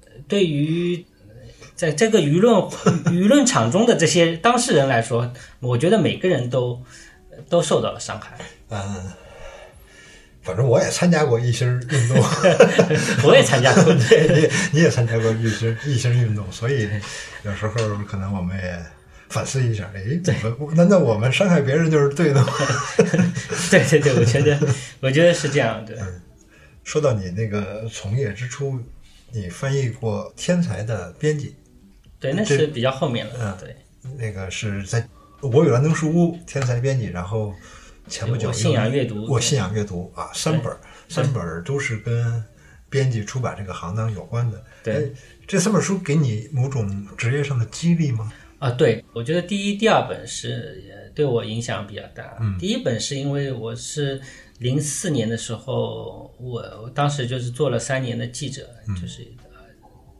呃对于呃在这个舆论 舆论场中的这些当事人来说，我觉得每个人都呃都受到了伤害。 嗯，反正我也参加过一星运动。 我也参加过， 对，你也你也参加过一星一星运动，所以有时候可能我们也反思一下，哎，怎么难道我们伤害别人就是对的吗？对对对，我觉得我觉得是这样的。说到你那个从业之初，你翻译过《天才的编辑对，那是比较后面了。对，》，那个是在我与兰登书屋《天才编辑》，然后前不久我信仰阅读我信仰阅读啊，三本儿三本儿都是跟编辑出版这个行当有关的。对哎，这三本书给你某种职业上的激励吗？啊，对，我觉得第一、第二本是呃对我影响比较大。第一本是因为我是零四年的时候，我我当时就是做了三年的记者，就是呃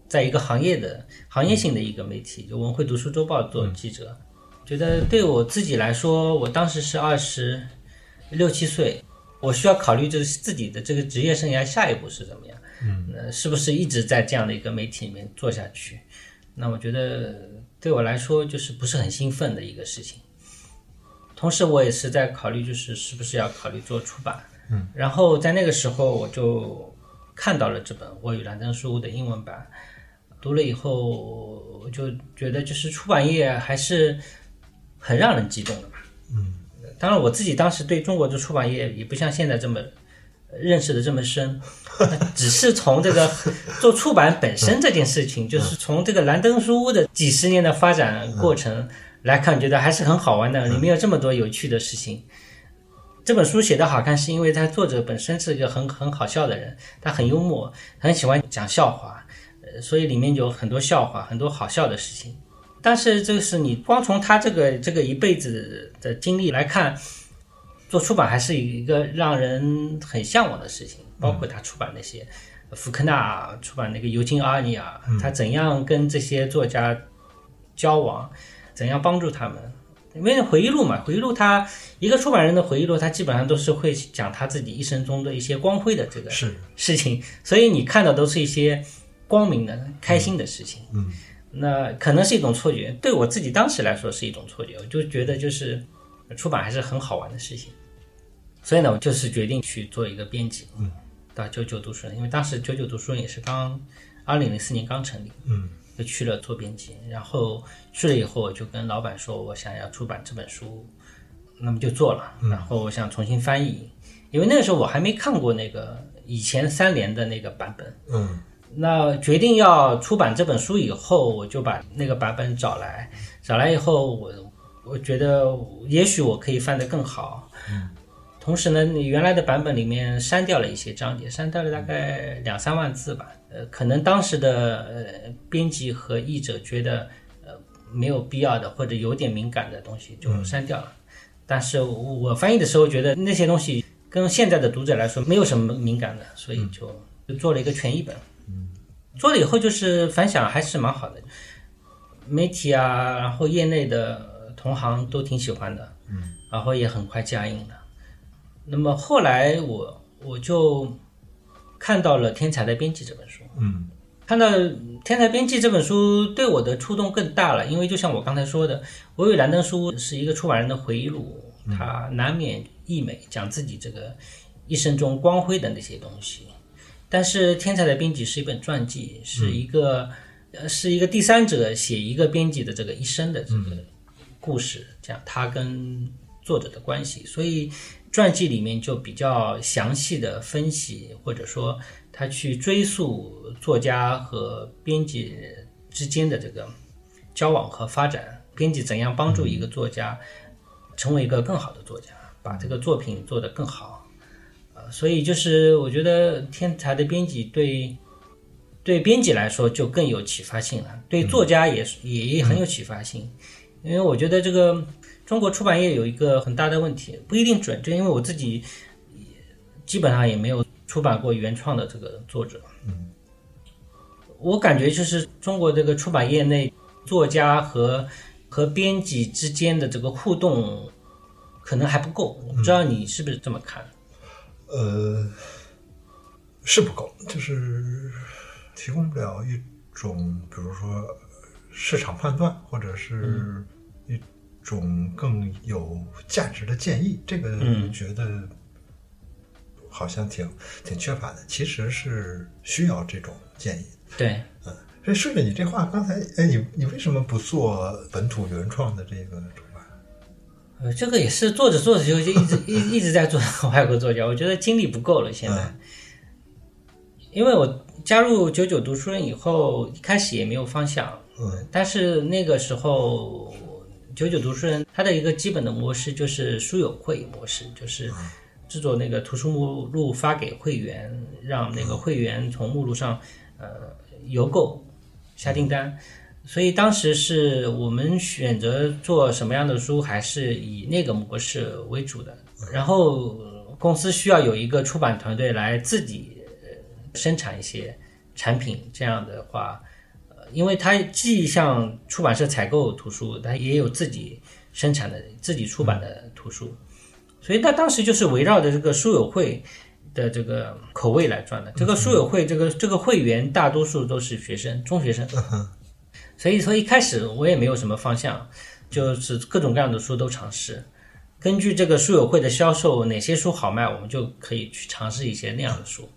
在一个行业的行业性的一个媒体，就文汇读书周报做记者。觉得对我自己来说，我当时是二十六七岁，我需要考虑就是自己的这个职业生涯下一步是怎么样，嗯，呃，是不是一直在这样的一个媒体里面做下去？那我觉得对我来说就是不是很兴奋的一个事情。同时，我也是在考虑，就是是不是要考虑做出版。嗯，然后在那个时候，我就看到了这本《我与兰登书屋》的英文版，读了以后，我就觉得就是出版业还是很让人激动的嘛。嗯，当然我自己当时对中国的出版业也不像现在这么呃认识的这么深，只是从这个做出版本身这件事情，就是从这个兰登书屋的几十年的发展过程来看，觉得还是很好玩的。里面有这么多有趣的事情。这本书写的好看，是因为它作者本身是一个很很好笑的人，他很幽默，很喜欢讲笑话，呃，所以里面有很多笑话，很多好笑的事情。但是就是你光从他这个这个一辈子的经历来看，做出版还是一个让人很向往的事情，包括他出版那些呃福克纳啊出版那个《尤金阿尼亚》，他怎样跟这些作家交往，怎样帮助他们。因为回忆录嘛，回忆录他一个出版人的回忆录，他基本上都是会讲他自己一生中的一些光辉的这个是，事情，所以你看到都是一些光明的、开心的事情。嗯那可能是一种错觉，对我自己当时来说是一种错觉，我就觉得就是出版还是很好玩的事情，所以呢，我就是决定去做一个编辑，嗯，到九九读书人，因为当时九九读书人也是刚二零零四年刚成立，嗯。就去了做编辑，然后去了以后，我就跟老板说我想要出版这本书，那么就做了，嗯然后我想重新翻译，因为那个时候我还没看过那个以前三联的那个版本。嗯那决定要出版这本书以后，我就把那个版本找来，找来以后我，我觉得也许我可以翻得更好。同时呢，你原来的版本里面删掉了一些章节，删掉了大概两三万字吧。呃，可能当时的呃编辑和译者觉得呃没有必要的或者有点敏感的东西就删掉了。但是我我翻译的时候觉得那些东西跟现在的读者来说没有什么敏感的，所以就就做了一个全译本。做了以后就是反响还是蛮好的，媒体啊，然后业内的同行都挺喜欢的，嗯，然后也很快加印了。那么后来我我就看到了《天才的编辑》这本书，嗯看到《天才编辑》这本书对我的触动更大了，因为就像我刚才说的，《我与兰登书》是一个出版人的回忆录，他难免溢美，讲自己这个一生中光辉的那些东西。但是《天才的编辑》是一本传记，是一个呃是一个第三者写一个编辑的这个一生的这个故事，这样他跟作者的关系，所以传记里面就比较详细的分析，或者说他去追溯作家和编辑之间的这个交往和发展，编辑怎样帮助一个作家成为一个更好的作家，把这个作品做得更好。呃，所以就是我觉得天才的编辑对对编辑来说就更有启发性了，对作家也是、也很有启发性，因为我觉得这个中国出版业有一个很大的问题，不一定准，就因为我自己也基本上也没有出版过原创的这个作者，我感觉就是中国这个出版业内作家和和编辑之间的这个互动可能还不够，我不知道你是不是这么看。呃，是不够，就是提供不了一种，比如说市场判断，或者嗯是一种更有价值的建议。这个嗯觉得好像挺挺缺乏的，其实是需要这种建议。对，所以顺着你这话，刚才哎，你你为什么不做本土原创的这个主办？呃，这个也是做着做着就就一直一一直在做外国作家，我觉得精力不够了现在。因为我加入九九读书人以后，一开始也没有方向，嗯但是那个时候九九读书人它的一个基本的模式就是书友会模式，就是制作那个图书目录发给会员，让那个会员从目录上呃邮购下订单。所以当时是我们选择做什么样的书，还是以那个模式为主的。然后呃公司需要有一个出版团队来自己呃生产一些产品，这样的话，呃，因为它既向出版社采购图书，它也有自己生产的、自己出版的图书，所以它当时就是围绕着这个书友会的这个口味来转的。这个书友会，这个这个会员大多数都是学生、中学生，所以说一开始我也没有什么方向，就是各种各样的书都尝试。根据这个书友会的销售，哪些书好卖，我们就可以去尝试一些那样的书。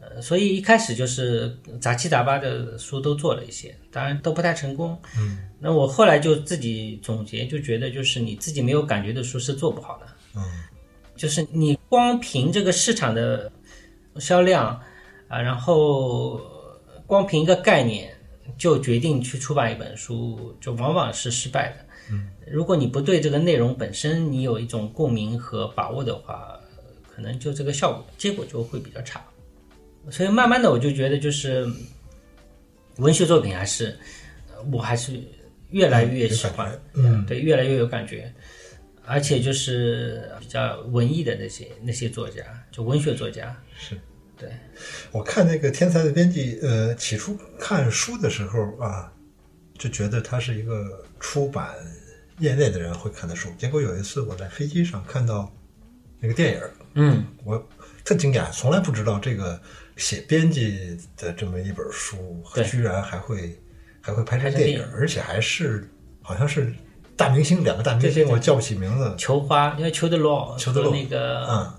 呃，所以一开始就是杂七杂八的书都做了一些，当然都不太成功。嗯，那我后来就自己总结，就觉得就是你自己没有感觉的书是做不好的。嗯，就是你光凭这个市场的销量啊，然后光凭一个概念就决定去出版一本书，就往往是失败的。嗯，如果你不对这个内容本身你有一种共鸣和把握的话，可能就这个效果结果就会比较差。所以慢慢的我就觉得就是文学作品还是呃我还是越来越喜欢，嗯，对，越来越有感觉，而且就是比较文艺的那些那些作家，就文学作家，是对，我看那个《天才的编辑》，呃，起初看书的时候啊，就觉得他是一个出版业内的人会看的书。结果有一次我在飞机上看到那个电影儿，嗯，我特惊讶，从来不知道这个写编辑的这么一本书，对居然还会还会拍拍成成电电影儿，而且还是好像是大明星，两个大明对对星，对我叫不起名字。球花，因为裘德洛，裘德洛和那个、嗯，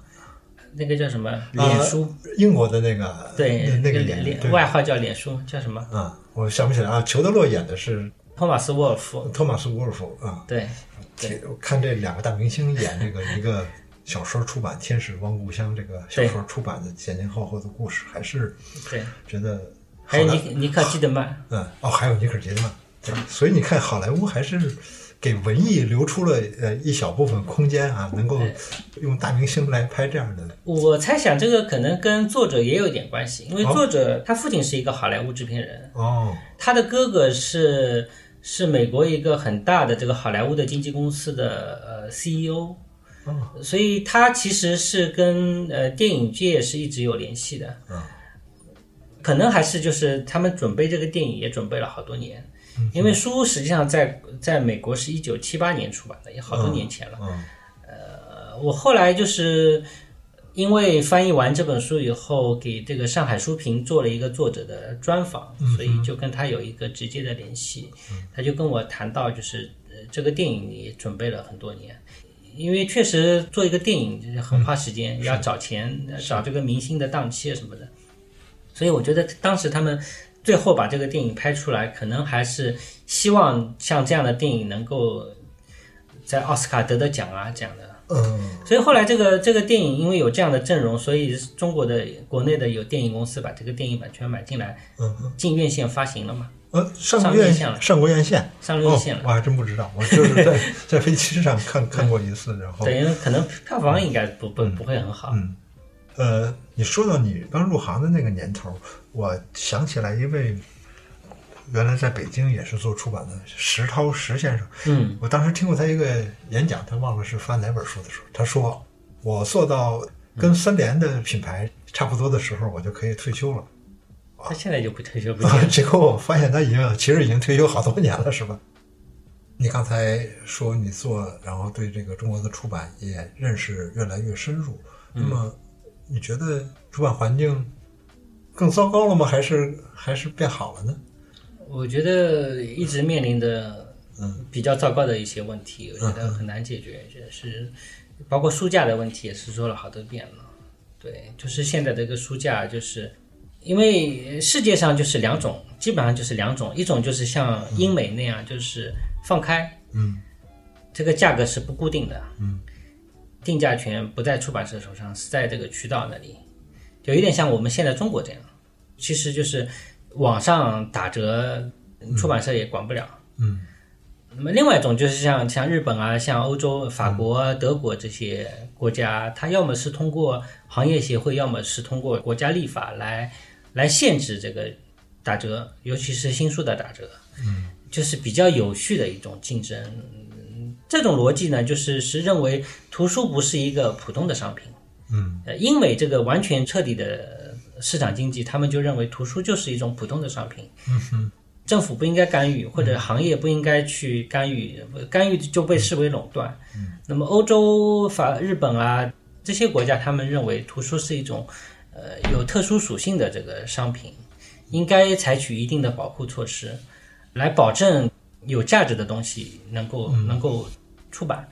那个叫什么啊脸书，英国的那个对，那那个脸脸对脸外号叫脸书，叫什么？啊，我想不起来啊。裘德洛演的是托马斯沃尔夫，托马斯·沃尔夫啊。对，挺我看这两个大明星演这个一个小说出版《天使汪故乡》这个小说出版的前前后后的故事，还是对，觉得还有好尼莱尼克基德曼，嗯哦，还有尼克杰曼，对所以你看好莱坞还是给文艺留出了呃一小部分空间啊，能够用大明星来拍这样的我猜想这个可能跟作者也有点关系，因为哦作者他父亲是一个好莱坞制片人，哦他的哥哥是是美国一个很大的这个好莱坞的经纪公司的呃 CEO，、哦所以他其实是跟呃电影界是一直有联系的。嗯可能还是就是他们准备这个电影也准备了好多年，嗯因为书实际上在在美国是一九七八年出版的，也好多年前了。嗯呃，我后来就是因为翻译完这本书以后，给这个上海书评做了一个作者的专访，所以就跟他有一个直接的联系。他就跟我谈到，就是、呃、这个电影也准备了很多年。因为确实做一个电影就是很花时间，要找钱，找这个明星的档期啊什么的，所以我觉得当时他们最后把这个电影拍出来，可能还是希望像这样的电影能够在奥斯卡得得奖啊这样的。嗯，所以后来这个这个电影因为有这样的阵容，所以中国的国内的有电影公司把这个电影版权买进来，嗯进院线发行了嘛，呃，上上过院院线了上过院线，上院线哦了。我还真不知道，我就是在 在飞机上看看过一次，然后对，因为可能票房应该不不不会很好。哦嗯呃，你说到你刚入行的那个年头，我想起来一位呃原来在北京也是做出版的石涛石先生。嗯我当时听过他一个演讲，他忘了是翻哪本书的时候，他说我做到跟三联的品牌差不多的时候，我就可以退休了。他现在就不退休不啊 见，结果我发现他已经其实已经退休好多年了，是吧？你刚才说你做，然后对这个中国的出版也认识越来越深入。那么，你觉得出版环境更糟糕了吗？还是还是变好了呢？我觉得一直面临的嗯比较糟糕的一些问题，我觉得很难解决，也是包括书架的问题也是说了好多遍了。对，就是现在的一个书架，就是因为世界上就是两种，基本上就是两种，一种就是像英美那样，就是放开，嗯，这个价格是不固定的，嗯，定价权不在出版社手上，是在这个渠道那里，就有点像我们现在中国这样，其实就是网上打折，出版社也管不了。嗯那么另外一种就是像像日本啊、像欧洲、法国、德国这些国家，它要么是通过行业协会，要么是通过国家立法来来限制这个打折，尤其是新书的打折，嗯，就是比较有序的一种竞争。嗯这种逻辑呢，就是是认为图书不是一个普通的商品，嗯呃，英美这个完全彻底的市场经济，他们就认为图书就是一种普通的商品，嗯哼政府不应该干预，或者行业不应该去干预，干预就被视为垄断。那么欧洲、法、日本啊这些国家，他们认为图书是一种呃有特殊属性的这个商品，应该采取一定的保护措施，来保证有价值的东西能够能够出版。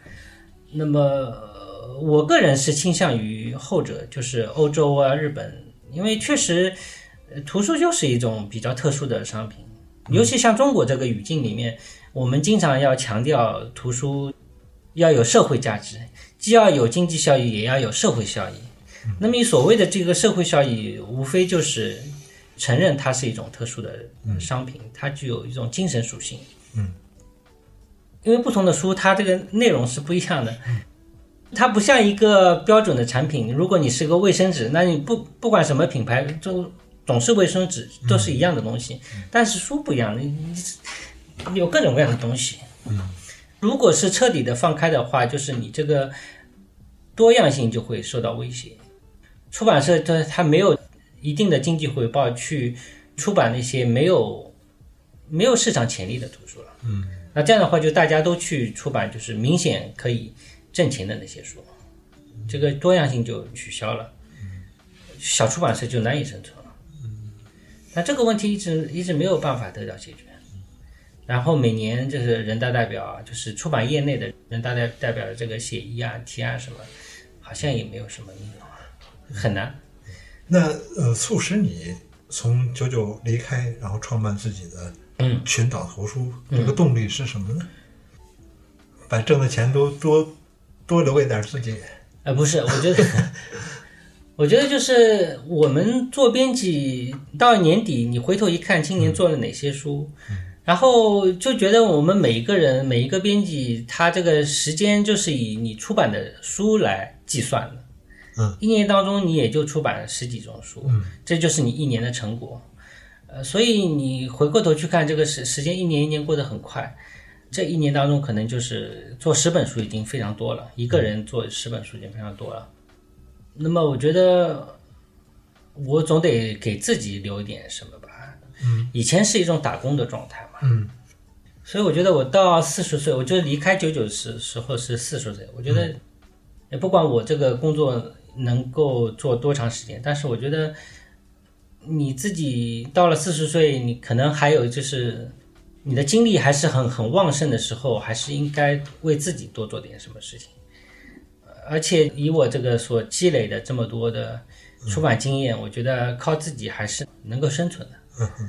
那么、呃我个人是倾向于后者，就是欧洲啊、日本，因为确实呃图书就是一种比较特殊的商品。尤其像中国这个语境里面，我们经常要强调图书要有社会价值，既要有经济效益，也要有社会效益。那么，所谓的这个社会效益，无非就是承认它是一种特殊的商品，它具有一种精神属性。嗯，因为不同的书，它这个内容是不一样的。它不像一个标准的产品，如果你是个卫生纸，那你不不管什么品牌，就总是卫生纸，都是一样的东西。但是书不一样，你你有各种各样的东西。如果是彻底的放开的话，就是你这个多样性就会受到威胁。出版社它它没有一定的经济回报去出版那些没有没有市场潜力的图书了。嗯，那这样的话，就大家都去出版，就是明显可以挣钱的那些书，这个多样性就取消了，小出版社就难以生存了。那这个问题一直一直没有办法得到解决。然后每年就是人大代表啊，就是出版业内的人大代代表的这个协议啊、提案什么，好像也没有什么用啊，很难。那呃，促使你从九九离开，然后创办自己的嗯群岛图书，这个动力是什么呢？把挣的钱都多多留给点自己。呃，不是，我觉得， 我觉得就是我们做编辑到年底，你回头一看嗯今年做了哪些书，然后就觉得我们每一个人每一个编辑，他这个时间就是以你出版的书来计算的。嗯，一年当中你也就出版十几种书，嗯，这就是你一年的成果。呃，所以你回过头去看这个时时间，一年一年过得很快。这一年当中，可能就是做十本书已经非常多了，一个人做十本书已经非常多了。那么我觉得，我总得给自己留一点什么吧。嗯，以前是一种打工的状态嘛，嗯所以我觉得我到四十岁，我就离开九九时时候是四十岁。我觉嗯得，也不管我这个工作能够做多长时间，但是我觉得你自己到了四十岁，你可能还有就是你的精力还是很很旺盛的时候，还是应该为自己多做点什么事情。而且以我这个所积累的这么多的出版经验，我觉得靠自己还是能够生存的。嗯哼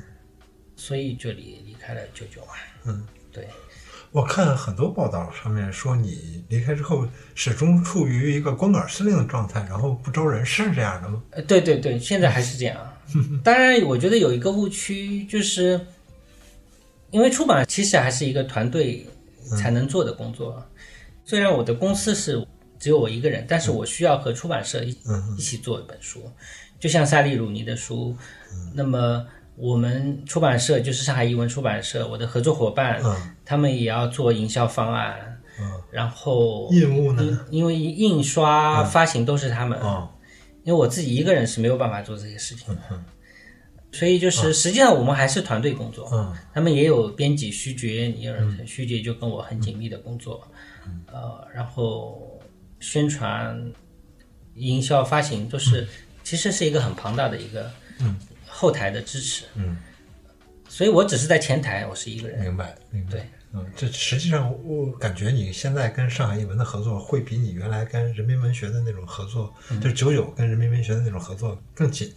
所以就离离开了九九嘛。嗯，对，我看很多报道上面说你离开之后始终处于一个光杆司令的状态，然后不招人，是这样的吗？呃，对对对，现在还是这样。啊当然，我觉得有一个误区，就是因为出版其实还是一个团队才能做的工作。啊虽然我的公司是只有我一个人，但是我需要和出版社一一起做一本书，就像萨利鲁尼的书。那么我们出版社就是上海译文出版社，我的合作伙伴，他们也要做营销方案，然后印务呢？因因为印刷、发行都是他们。哦，因为我自己一个人是没有办法做这些事情的，所以就是实际上我们还是团队工作，嗯他们也有编辑徐觉，也有人徐觉就跟我很紧密的工作，呃，然后宣传、营销、发行都嗯是、其实是一个很庞大的一个后台的支持，嗯，所以我只是在前台，我是一个人，明白，明白。对，嗯，这实际上我感觉你现在跟上海译文的合作，会比你原来跟人民文学的那种合作，嗯就是九九跟人民文学的那种合作更紧。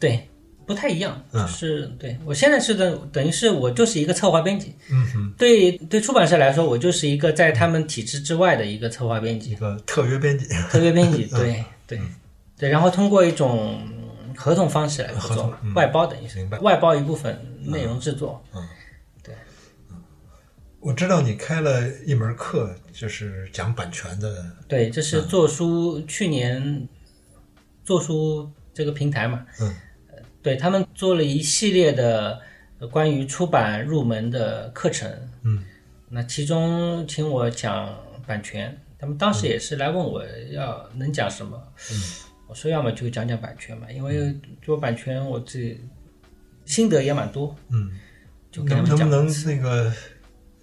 对，不太一样，嗯就是对我现在是的，等于是我就是一个策划编辑，嗯哼，对对，出版社来说，我就是一个在他们体制之外的一个策划编一辑、个特约编辑特约 编嗯辑，对对对，然后通过一种嗯合同方式来合合作同嘛，嗯外包等于是明白外包一部分内容制作，我知道你开了一门课，就是讲版权的，对，嗯这是做书、去年做书这个平台嘛，呃嗯对他们做了一系列的呃关于出版入门的课程，嗯，那其中请我讲版权，他们嗯当时也是来问我要能讲什么，我说要么就讲讲版权嘛，因为嗯做版权我自己心得也蛮多，嗯，就给他能们能不讲，能那个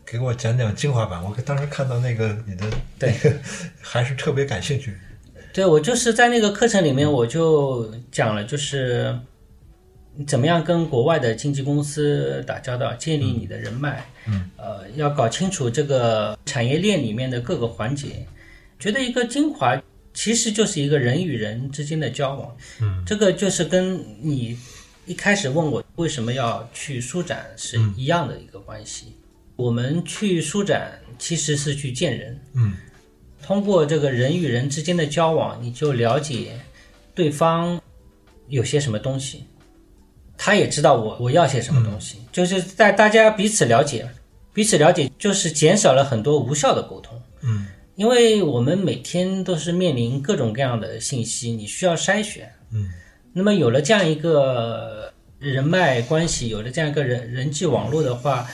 给我讲讲精华版？我当时看到那个你的 对那个还是特别感兴趣。对我就是在那个课程里面我就讲了，就是你怎么样跟国外的经纪公司打交道，建立你的人脉，嗯，呃，要搞清楚这个产业链里面的各个环节。觉得一个精华其实就是一个人与人之间的交往，嗯，这个就是跟你一开始问我为什么要去书展是一样的一个关系。我们去书展其实是去见人，嗯通过这个人与人之间的交往，你就了解对方有些什么东西，他也知道我我要些什么东嗯西，就是在大家彼此了解，彼此了解就是减少了很多无效的沟通，嗯因为我们每天都是面临各种各样的信息，你需要筛选。嗯那么有了这样一个人脉关系，有了这样一个人人际网络的话，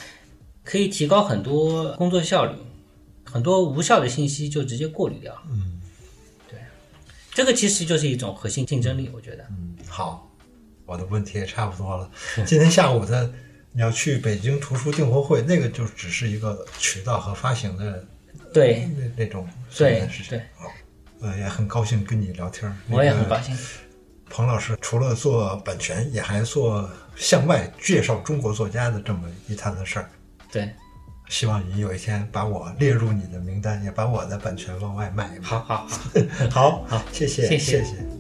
可以提高很多工作效率，很多无效的信息就直接过滤掉。嗯这个其实就是一种核心竞争力，我觉得。嗯，好，我的问题也差不多了。今天下午的你要去北京图书订货会，那个就只是一个渠道和发行的对那那种对的事情对。好，呃，也很高兴跟你聊天儿。我也很高兴。高兴。彭老师除了做版权，也还做向外介绍中国作家的这么一摊子事儿。对，希望你有一天把我列入你的名单，也把我的版权往外卖一卖。好好好， 好，好谢谢，谢谢谢谢